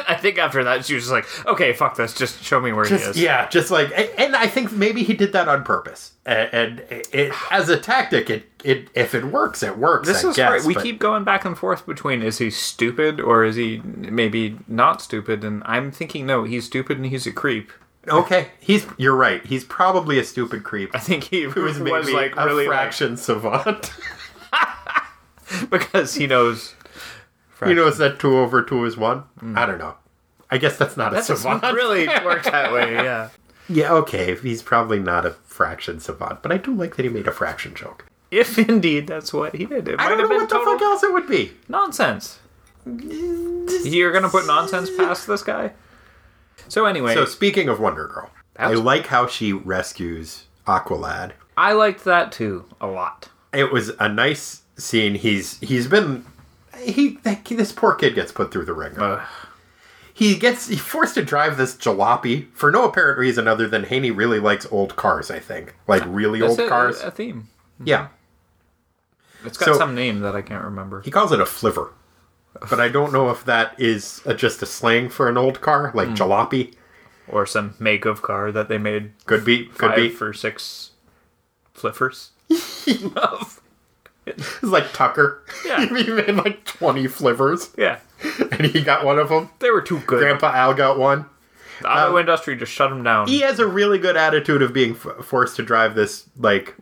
Speaker 2: I think after that, she was just like, okay, fuck this, just show me where he
Speaker 1: just,
Speaker 2: is.
Speaker 1: yeah, just like, and, and I think maybe he did that on purpose. And, and it, as a tactic, it, it if it works, it works.
Speaker 2: This
Speaker 1: I
Speaker 2: is
Speaker 1: guess,
Speaker 2: great. We
Speaker 1: but-
Speaker 2: keep going back and forth between is he stupid or is he maybe not stupid? And I'm thinking, no, he's stupid and he's a creep.
Speaker 1: okay. He's you're right. He's probably a stupid creep.
Speaker 2: I think he
Speaker 1: Who's
Speaker 2: was,
Speaker 1: maybe
Speaker 2: like
Speaker 1: a
Speaker 2: really like-
Speaker 1: fraction savant. [laughs]
Speaker 2: [laughs] because he knows
Speaker 1: You know, is that two over two is one?
Speaker 2: Mm.
Speaker 1: I don't know. I guess that's not a savant.
Speaker 2: really worked that way. Yeah.
Speaker 1: [laughs] Yeah, okay. He's probably not a fraction savant, but I do like that he made a fraction joke.
Speaker 2: [laughs] If indeed that's what he did, it might
Speaker 1: I don't
Speaker 2: have
Speaker 1: know
Speaker 2: been
Speaker 1: what
Speaker 2: total
Speaker 1: the fuck else it would be.
Speaker 2: nonsense. You're gonna put nonsense past
Speaker 1: [laughs]
Speaker 2: this guy? So anyway,
Speaker 1: So speaking of Wonder Girl,
Speaker 2: That was-
Speaker 1: I like how she rescues Aqualad.
Speaker 2: I liked that too a lot.
Speaker 1: It was a nice scene. He's he's been he this poor kid gets put through the ringer.
Speaker 2: Ugh.
Speaker 1: he gets he forced to drive this jalopy for no apparent reason other than Haney really likes old cars. I think like really
Speaker 2: That's
Speaker 1: old
Speaker 2: a,
Speaker 1: cars.
Speaker 2: a theme.
Speaker 1: yeah,
Speaker 2: It's got
Speaker 1: So-
Speaker 2: some name that I can't remember.
Speaker 1: He calls it a flivver, but I don't know if that is uh just a slang for an old car,
Speaker 2: Hmm.
Speaker 1: like jalopy.
Speaker 2: Or some make of car that they made
Speaker 1: Could be, could
Speaker 2: five
Speaker 1: be.
Speaker 2: for six fliffers.
Speaker 1: It's like Tucker. [laughs]
Speaker 2: Yeah.
Speaker 1: he made like twenty flivvers,
Speaker 2: Yeah.
Speaker 1: and he got one of them.
Speaker 2: They were too good.
Speaker 1: Grandpa Al got one.
Speaker 2: the auto
Speaker 1: uh,
Speaker 2: industry just shut them down.
Speaker 1: He has a really good attitude of being f- forced to drive this like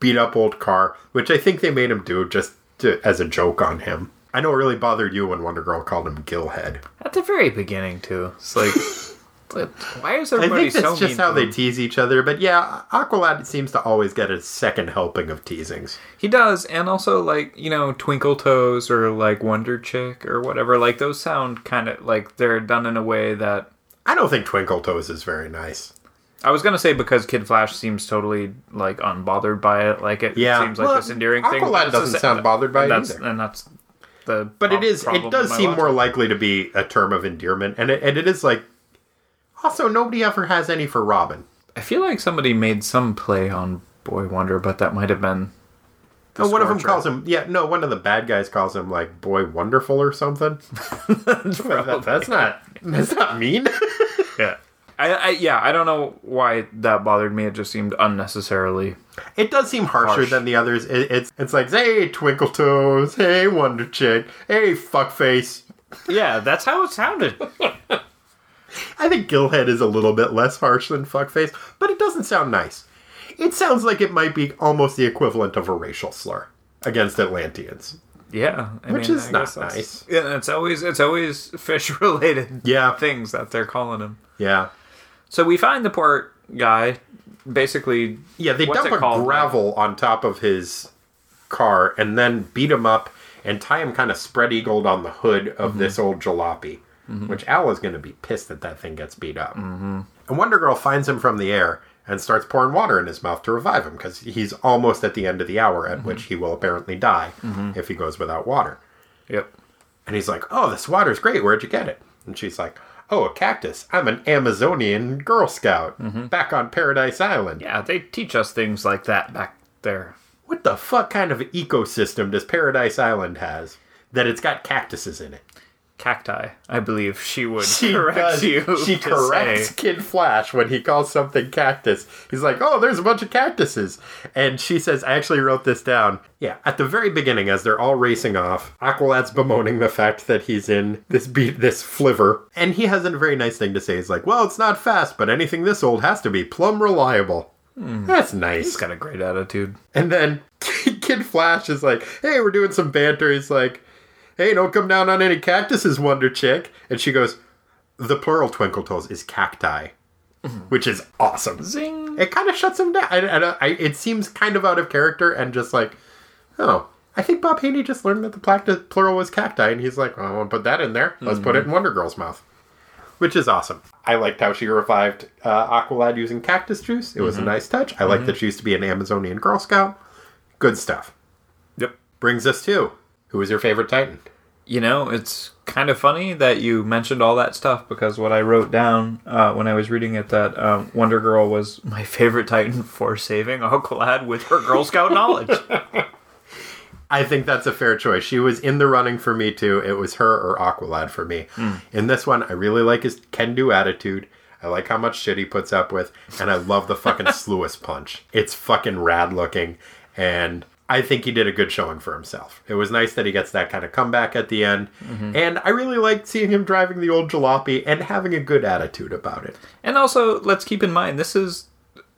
Speaker 1: beat up old car, which I think they made him do just to, as a joke on him. I know it really bothered you when Wonder Girl called him Gillhead.
Speaker 2: At the very beginning too.
Speaker 1: [laughs]
Speaker 2: It's like why is
Speaker 1: I
Speaker 2: everybody
Speaker 1: think that's
Speaker 2: so
Speaker 1: just
Speaker 2: mean
Speaker 1: how
Speaker 2: to
Speaker 1: they
Speaker 2: him?
Speaker 1: tease each other. But yeah, Aqualad seems to always get a second helping of teasings.
Speaker 2: He does, and also like you know, Twinkle Toes or like Wonder Chick or whatever. Like those sound kind of like they're done in a way that
Speaker 1: I don't think Twinkle Toes is very nice.
Speaker 2: I was gonna say because Kid Flash seems totally like unbothered by it. Like it
Speaker 1: Yeah.
Speaker 2: seems like
Speaker 1: Well,
Speaker 2: this endearing thing.
Speaker 1: Aqualad
Speaker 2: but it's the
Speaker 1: doesn't
Speaker 2: sa-
Speaker 1: sound bothered by it
Speaker 2: that's,
Speaker 1: either.
Speaker 2: and that's the.
Speaker 1: But
Speaker 2: prob-
Speaker 1: it is it
Speaker 2: problem
Speaker 1: does
Speaker 2: with my
Speaker 1: seem
Speaker 2: logic.
Speaker 1: more likely to be a term of endearment, and it, and it is like. Also, nobody ever has any for Robin.
Speaker 2: I feel like somebody made some play on Boy Wonder, but that might have been. the
Speaker 1: Oh, one of them
Speaker 2: Scorcher.
Speaker 1: calls him. Yeah, no, one of the bad guys calls him like "boy wonderful" or
Speaker 2: [laughs]
Speaker 1: something. That- that's not. That's not mean. [laughs]
Speaker 2: Yeah. I, I yeah I don't know why that bothered me. It just seemed unnecessarily
Speaker 1: It does seem harsher
Speaker 2: Harsh.
Speaker 1: than the others. It, it's it's like, hey, Twinkle Toes, hey, Wonder Chick, hey, Fuckface.
Speaker 2: Yeah, that's how it sounded.
Speaker 1: I think Gillhead is a little bit less harsh than Fuckface, but it doesn't sound nice. It sounds like it might be almost the equivalent of a racial slur against Atlanteans.
Speaker 2: yeah, I
Speaker 1: Which is
Speaker 2: I
Speaker 1: not
Speaker 2: guess that's-
Speaker 1: nice.
Speaker 2: Yeah, it's always it's always [laughs] fish related
Speaker 1: Yeah,
Speaker 2: things that they're calling him.
Speaker 1: yeah,
Speaker 2: So we find the poor guy basically
Speaker 1: yeah. They
Speaker 2: What's
Speaker 1: dump
Speaker 2: it
Speaker 1: a
Speaker 2: called?
Speaker 1: gravel on top of his car and then beat him up and tie him kind of spread eagled on the hood of
Speaker 2: Mm-hmm.
Speaker 1: this old jalopy, which Al is going to be pissed that that thing gets beat up.
Speaker 2: Mm-hmm.
Speaker 1: And Wonder Girl finds him from the air and starts pouring water in his mouth to revive him because he's almost at the end of the hour
Speaker 2: Mm-hmm.
Speaker 1: at which he will apparently die if he goes without water.
Speaker 2: Yep.
Speaker 1: And he's like, Oh, this water's great. Where'd you get it? And she's like, Oh, a cactus. I'm an Amazonian Girl Scout
Speaker 2: Mm-hmm.
Speaker 1: back on Paradise Island.
Speaker 2: Yeah, they teach us things like that back there.
Speaker 1: What the fuck kind of ecosystem does Paradise Island has that it's got cactuses in it?
Speaker 2: Cacti, I believe she
Speaker 1: [laughs]
Speaker 2: would
Speaker 1: She
Speaker 2: [laughs] correct
Speaker 1: does-
Speaker 2: you.
Speaker 1: She
Speaker 2: to
Speaker 1: corrects
Speaker 2: say-
Speaker 1: Kid Flash when he calls something cactus. He's like, "Oh, there's a bunch of cactuses," and she says, "I actually wrote this down." Yeah, at the very beginning, as they're all racing off, Aqualad's bemoaning the fact that he's in this beat, this flivver, and he has a very nice thing to say. He's like, "Well, it's not fast, but anything this old has to be plumb reliable." That's nice.
Speaker 2: She's got a great attitude.
Speaker 1: And then [laughs] Kid Flash is like, hey, we're doing some banter. He's like, hey, don't come down on any cactuses, Wonder Chick. And she goes, the plural twinkle toes is cacti, which is awesome.
Speaker 2: Zing.
Speaker 1: It kind of shuts him down. I, I, I, it seems kind of out of character and just like, oh, I think Bob Haney just learned that the plact- plural was cacti. And he's like, well, I want to put that in there. Let's put it in Wonder Girl's mouth, which is awesome. I liked how she revived uh, Aqualad using cactus juice. It was a nice touch. I like that she used to be an Amazonian Girl Scout. Good stuff
Speaker 2: Yep.
Speaker 1: brings us to who is your favorite Titan?
Speaker 2: You know, it's kind of funny that you mentioned all that stuff because what I wrote down uh, when I was reading it that um, Wonder Girl was my [laughs] favorite Titan for saving Aqualad with her Girl Scout knowledge.
Speaker 1: I think that's a fair choice. She was in the running for me too. It was her or Aqualad for me. In this one, I really like his can-do attitude. I like how much shit he puts up with, and I love the fucking slewest punch. It's fucking rad looking, and I think he did a good showing for himself. It was nice that he gets that kind of comeback at the end, and I really liked seeing him driving the old jalopy and having a good attitude about it.
Speaker 2: And also, let's keep in mind this is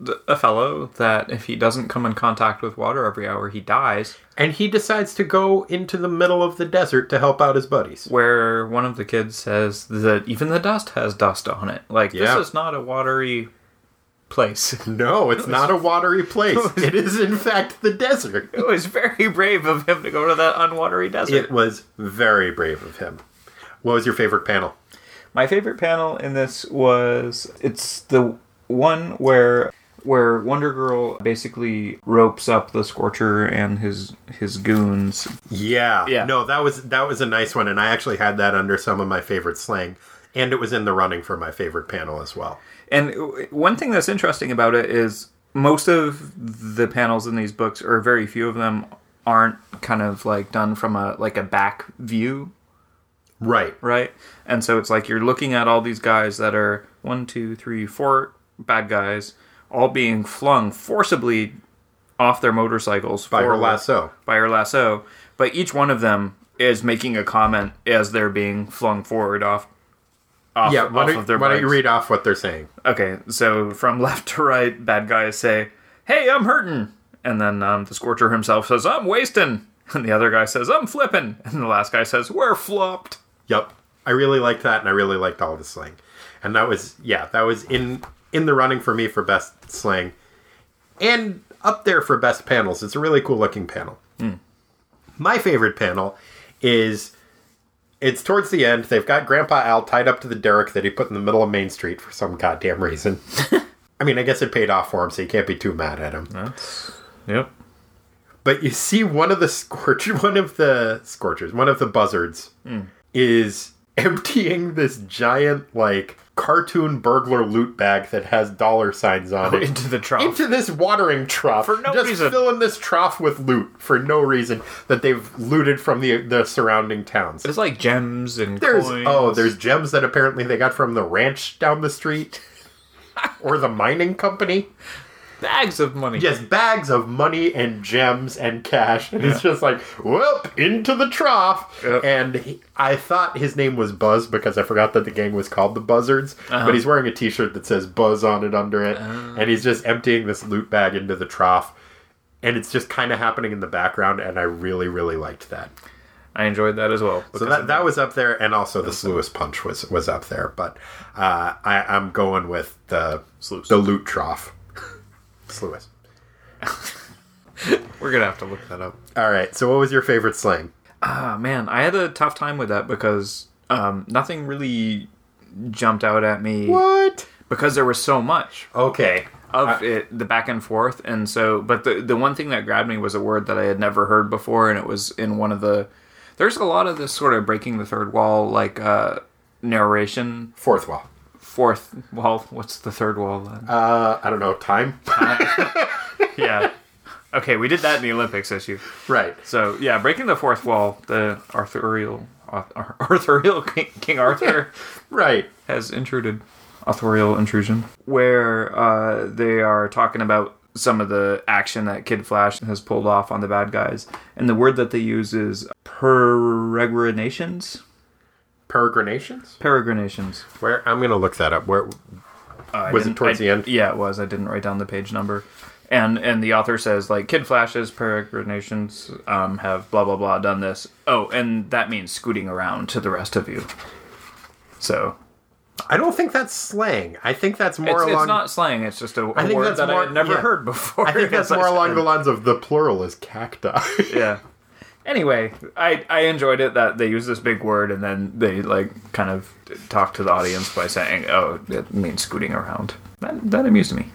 Speaker 2: th- a fellow that if he doesn't come in contact with water every hour, he dies.
Speaker 1: And he decides to go into the middle of the desert to help out his buddies.
Speaker 2: Where one of the kids says that even the dust has dust on it. Like,
Speaker 1: Yeah.
Speaker 2: this is not a watery place. [laughs] it
Speaker 1: No, it's not a watery place.
Speaker 2: [laughs]
Speaker 1: It is, in fact, the desert.
Speaker 2: was very brave of him to go to that unwatery desert.
Speaker 1: It was very brave of him. What was your favorite panel?
Speaker 2: My favorite panel in this was it's the one where where Wonder Girl basically ropes up the Scorcher and his his goons.
Speaker 1: Yeah.
Speaker 2: Yeah.
Speaker 1: No, that was that was a nice one, and I actually had that under some of my favorite slang, and it was in the running for my favorite panel as well.
Speaker 2: And w- one thing that's interesting about it is most of the panels in these books, or very few of them, aren't kind of like done from a like a back view
Speaker 1: Right.
Speaker 2: right? And so it's like you're looking at all these guys that are one, two, three, four bad guys, all being flung forcibly off their motorcycles
Speaker 1: By her
Speaker 2: forward-
Speaker 1: lasso.
Speaker 2: By her lasso, but each one of them is making a comment as they're being flung forward off. Off,
Speaker 1: Yeah. Why,
Speaker 2: off
Speaker 1: don't,
Speaker 2: of their
Speaker 1: why don't you
Speaker 2: bikes.
Speaker 1: read off what they're saying?
Speaker 2: Okay, so from [laughs] left to right, bad guys say, "Hey, I'm hurting," and then um, the Scorcher himself says, "I'm wasting," [laughs] and the other guy says, "I'm flipping," [laughs] and the last guy says, "We're flopped."
Speaker 1: Yep. I really liked that, and I really liked all the slang, and that was yeah, that was in in the running for me for best slang, and up there for best panels. It's a really cool looking panel. My favorite panel is it's towards the end. They've got Grandpa Al tied up to the derrick that he put in the middle of Main Street for some goddamn reason. I mean, I guess it paid off for him, so you can't be too mad at him.
Speaker 2: Yep.
Speaker 1: But you see one of the scorch [laughs] one of the scorchers, one of the buzzards
Speaker 2: Hmm.
Speaker 1: is emptying this giant like cartoon burglar loot bag that has dollar signs on it
Speaker 2: Oh, into the trough.
Speaker 1: into this watering trough for
Speaker 2: no
Speaker 1: just
Speaker 2: reason.
Speaker 1: filling this trough with loot for no reason that they've looted from the the surrounding towns.
Speaker 2: It's like gems and
Speaker 1: There's
Speaker 2: coins.
Speaker 1: oh, there's gems that apparently they got from the ranch down the
Speaker 2: [laughs]
Speaker 1: street or the mining company.
Speaker 2: bags of money.
Speaker 1: just bags of money and gems and cash. And he's just like, whoop, into the trough.
Speaker 2: Yep.
Speaker 1: And he, I thought his name was Buzz because I forgot that the gang was called the Buzzards. But he's wearing a t shirt that says Buzz on it under it. And he's just emptying this loot bag into the trough. And it's just kind of happening in the background. And I really, really liked that.
Speaker 2: I enjoyed that as well.
Speaker 1: So that, that was up there. And also the Sluice Punch was, was up there. But uh, I, I'm going with the,
Speaker 2: Sluice.
Speaker 1: the loot trough. [laughs] Sluice.
Speaker 2: we're gonna have to look that up.
Speaker 1: All right. So, what was your favorite slang?
Speaker 2: Ah man, I had a tough time with that because um, nothing really jumped out at me
Speaker 1: What?
Speaker 2: because there was so much
Speaker 1: Okay.
Speaker 2: of it, the back and forth, and so. But the the one thing that grabbed me was a word that I had never heard before, and it was in one of the. There's a lot of this sort of breaking the third wall, like uh, narration.
Speaker 1: Fourth wall.
Speaker 2: Fourth wall. [laughs] What's the third wall? Then?
Speaker 1: Uh, I don't know. Time. [laughs]
Speaker 2: [laughs] yeah. Okay, we did that in the Olympics issue.
Speaker 1: right.
Speaker 2: So yeah, breaking the fourth wall, the Arthurial Arth- Arthurial King, King Arthur
Speaker 1: Right.
Speaker 2: has intruded. Authorial intrusion, where uh, they are talking about some of the action that Kid Flash has pulled off on the bad guys, and the word that they use is peregrinations.
Speaker 1: Peregrinations?
Speaker 2: Peregrinations. Uh,
Speaker 1: Where I'm gonna look that up. Where
Speaker 2: I
Speaker 1: Was it
Speaker 2: didn't-
Speaker 1: towards
Speaker 2: I-
Speaker 1: the end?
Speaker 2: Yeah, it was. I didn't write down the page number. And and the author says like Kid Flash's peregrinations um, have blah blah blah done this. Oh, and that means scooting around to the rest of you. So
Speaker 1: I don't think that's slang. I think that's more
Speaker 2: it's,
Speaker 1: along
Speaker 2: it's not slang. It's just a, a
Speaker 1: think
Speaker 2: word
Speaker 1: that's
Speaker 2: that I
Speaker 1: more-
Speaker 2: had never
Speaker 1: yeah.
Speaker 2: heard before.
Speaker 1: I
Speaker 2: [laughs]
Speaker 1: think that's
Speaker 2: It's
Speaker 1: more
Speaker 2: like-
Speaker 1: along the lines of the plural is cacti. [laughs]
Speaker 2: yeah. Anyway, I I enjoyed it that they use this big word and then they like kind of talk to the audience by saying, "Oh, it means scooting around." That that amused me.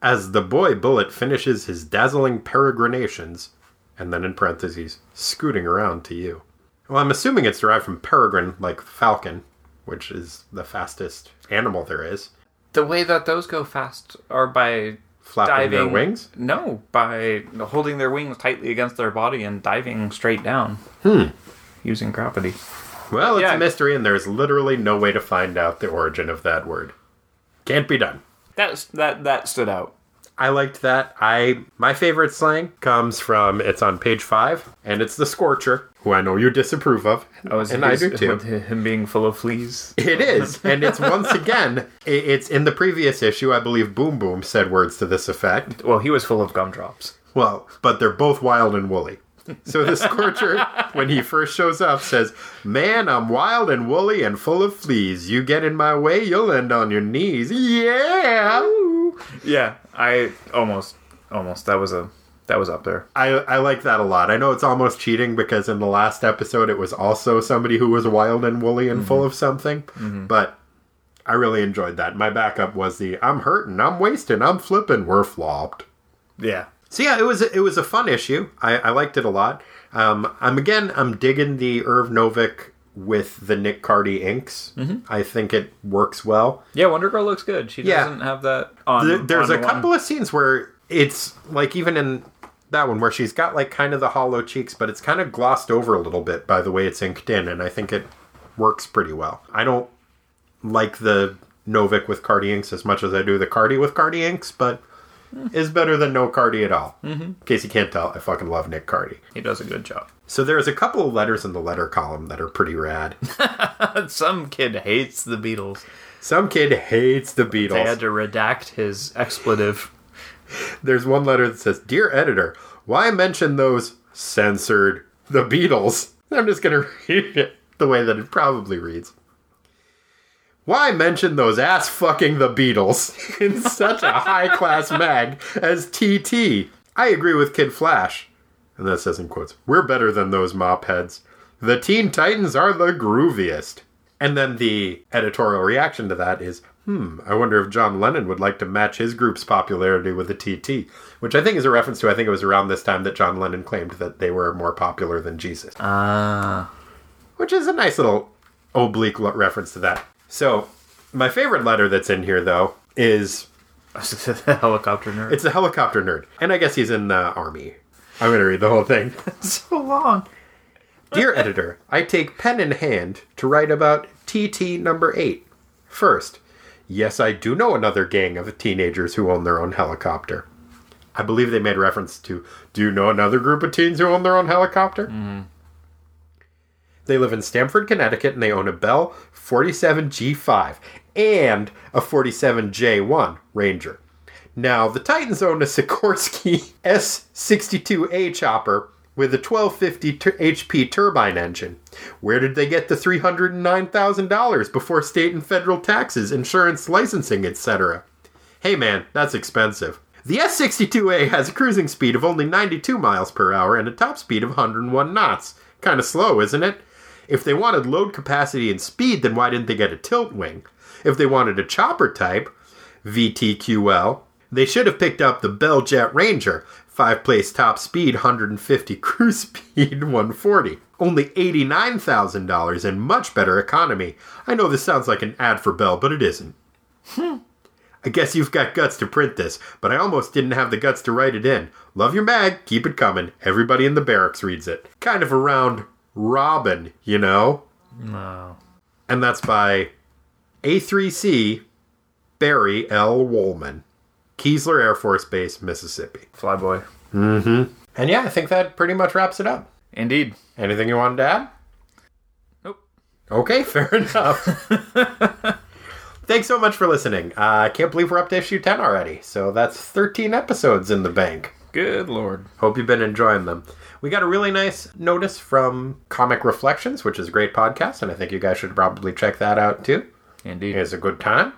Speaker 1: As the boy Bullet finishes his dazzling peregrinations, and then in parentheses, scooting around to you. Well, I'm assuming it's derived from peregrine, like falcon, which is the fastest animal there is.
Speaker 2: The way that those go fast are by
Speaker 1: Flapping
Speaker 2: diving
Speaker 1: their wings?
Speaker 2: No, by holding their wings tightly against their body and diving straight down. Hmm. Using gravity.
Speaker 1: Well, it's
Speaker 2: Yeah.
Speaker 1: a mystery, and there's literally no way to find out the origin of that word. Can't be done.
Speaker 2: That's that that stood out.
Speaker 1: I liked that. I my favorite slang comes from it's on page five, and it's the scorcher, who I know you disapprove of,
Speaker 2: Oh,
Speaker 1: and I do too.
Speaker 2: With him being full of fleas.
Speaker 1: It is, and it's once again. i- It's in the previous issue, I believe. Boom Boom said words to this effect.
Speaker 2: Well, he was full of gumdrops.
Speaker 1: Well, but they're both wild and woolly. So the scorcher, when he first shows up, says, "Man, I'm wild and woolly and full of fleas. You get in my way, you'll end on your knees." Yeah.
Speaker 2: Yeah, I almost almost that was a that was up there.
Speaker 1: I, I like that a lot. I know it's almost cheating because in the last episode it was also somebody who was wild and woolly and full of something, but I really enjoyed that. My backup was the I'm hurting, I'm wasting, I'm flipping, we're flopped.
Speaker 2: Yeah.
Speaker 1: So yeah, it was it was a fun issue. I, I liked it a lot. Um, I'm again I'm digging the Irv Novick with the Nick Carty inks. I think it works well.
Speaker 2: Yeah, Wonder Girl looks good. She
Speaker 1: Yeah.
Speaker 2: doesn't have that on.
Speaker 1: There- there's
Speaker 2: on
Speaker 1: a
Speaker 2: one-
Speaker 1: couple of scenes where it's like even in that one where she's got like kind of the hollow cheeks, but it's kind of glossed over a little bit by the way it's inked in, and I think it works pretty well. I don't like the Novik with Cardi inks as much as I do the Cardi with Cardi inks, but
Speaker 2: Hmm.
Speaker 1: is better than no Cardi at all. Mm-hmm. In case you can't tell, I fucking love Nick Cardi.
Speaker 2: He does a good job.
Speaker 1: So there's a couple of letters in the letter column that are pretty
Speaker 2: [laughs]
Speaker 1: rad.
Speaker 2: Some kid hates the Beatles.
Speaker 1: Some kid hates the Beatles.
Speaker 2: They had to redact his expletive.
Speaker 1: there's one letter that says, "Dear editor, why mention those censored the Beatles?" [laughs] I'm just gonna read it the way that it probably reads. Why mention those ass fucking the Beatles [laughs] in such a high class mag as TT? I agree with Kid Flash. And that says in quotes, We're better than those mop heads. The Teen Titans are the grooviest. And then the editorial reaction to that is, Hmm, I wonder if John Lennon would like to match his group's popularity with the TT, which I think is a reference to, I think it was around this time that John Lennon claimed that they were more popular than Jesus
Speaker 2: Ah.
Speaker 1: which is a nice little oblique lo- reference to that. So, my favorite letter that's in here though is
Speaker 2: [laughs] helicopter nerd.
Speaker 1: it's a helicopter nerd, and I guess he's in the army. I'm gonna read the whole thing. [laughs]
Speaker 2: so long.
Speaker 1: Dear editor, I take pen in hand to write about TT number eight. First, yes, I do know another gang of teenagers who own their own helicopter. I believe they made reference to Do you know another group of teens who own their own helicopter? They live in Stamford, Connecticut, and they own a Bell 47G5 and a 47J1 Ranger. Now, the Titans own a Sikorsky [laughs] S62A chopper with a 1250 tur- HP turbine engine. Where did they get the $309,000 before state and federal taxes, insurance, licensing, etc.? Hey man, that's expensive. The S62A has a cruising speed of only 92 miles per hour and a top speed of 101 knots. Kind of slow, isn't it? If they wanted load capacity and speed, then why didn't they get a tilt wing? If they wanted a chopper type, VTQL, they should have picked up the Bell Jet Ranger, 5 place top speed, 150 [laughs] cruise speed, 140. Only $89,000 and much better economy. I know this sounds like an ad for Bell, but it isn't. I guess you've got guts to print this, but I almost didn't have the guts to write it in. Love your mag, keep it coming. Everybody in the barracks reads it. Kind of a round robin, you know?
Speaker 2: No.
Speaker 1: And that's by A3C Barry L. Woolman, Keesler Air Force Base, Mississippi.
Speaker 2: Flyboy.
Speaker 1: And yeah, I think that pretty much wraps it up.
Speaker 2: Indeed.
Speaker 1: Anything you wanted to add?
Speaker 2: Nope.
Speaker 1: Okay, [laughs] fair enough. Thanks so much for listening. Uh, I can't believe we're up to issue 10 already. So that's 13 episodes in the bank.
Speaker 2: Good lord.
Speaker 1: Hope you've been enjoying them. We got a really nice notice from Comic Reflections, which is a great podcast, and I think you guys should probably check that out too.
Speaker 2: Indeed.
Speaker 1: It's a good time.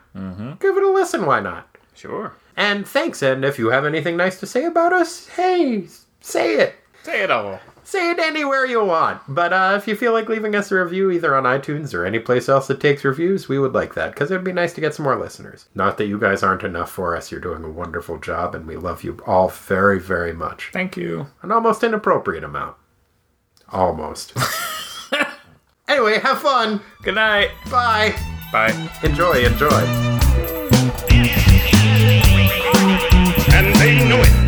Speaker 1: Give it a listen, why not?
Speaker 2: Sure.
Speaker 1: And thanks, and if you have anything nice to say about us, hey, say it.
Speaker 2: Say it all.
Speaker 1: Say it anywhere you want. But uh, if you feel like leaving us a review, either on iTunes or any place else that takes reviews, we would like that because it'd be nice to get some more listeners. Not that you guys aren't enough for us. You're doing a wonderful job, and we love you all very, very much.
Speaker 2: Thank you.
Speaker 1: An almost inappropriate amount. Almost. [laughs] anyway, have fun.
Speaker 2: Good night.
Speaker 1: Bye.
Speaker 2: Bye.
Speaker 1: Enjoy, enjoy.
Speaker 3: and they know it.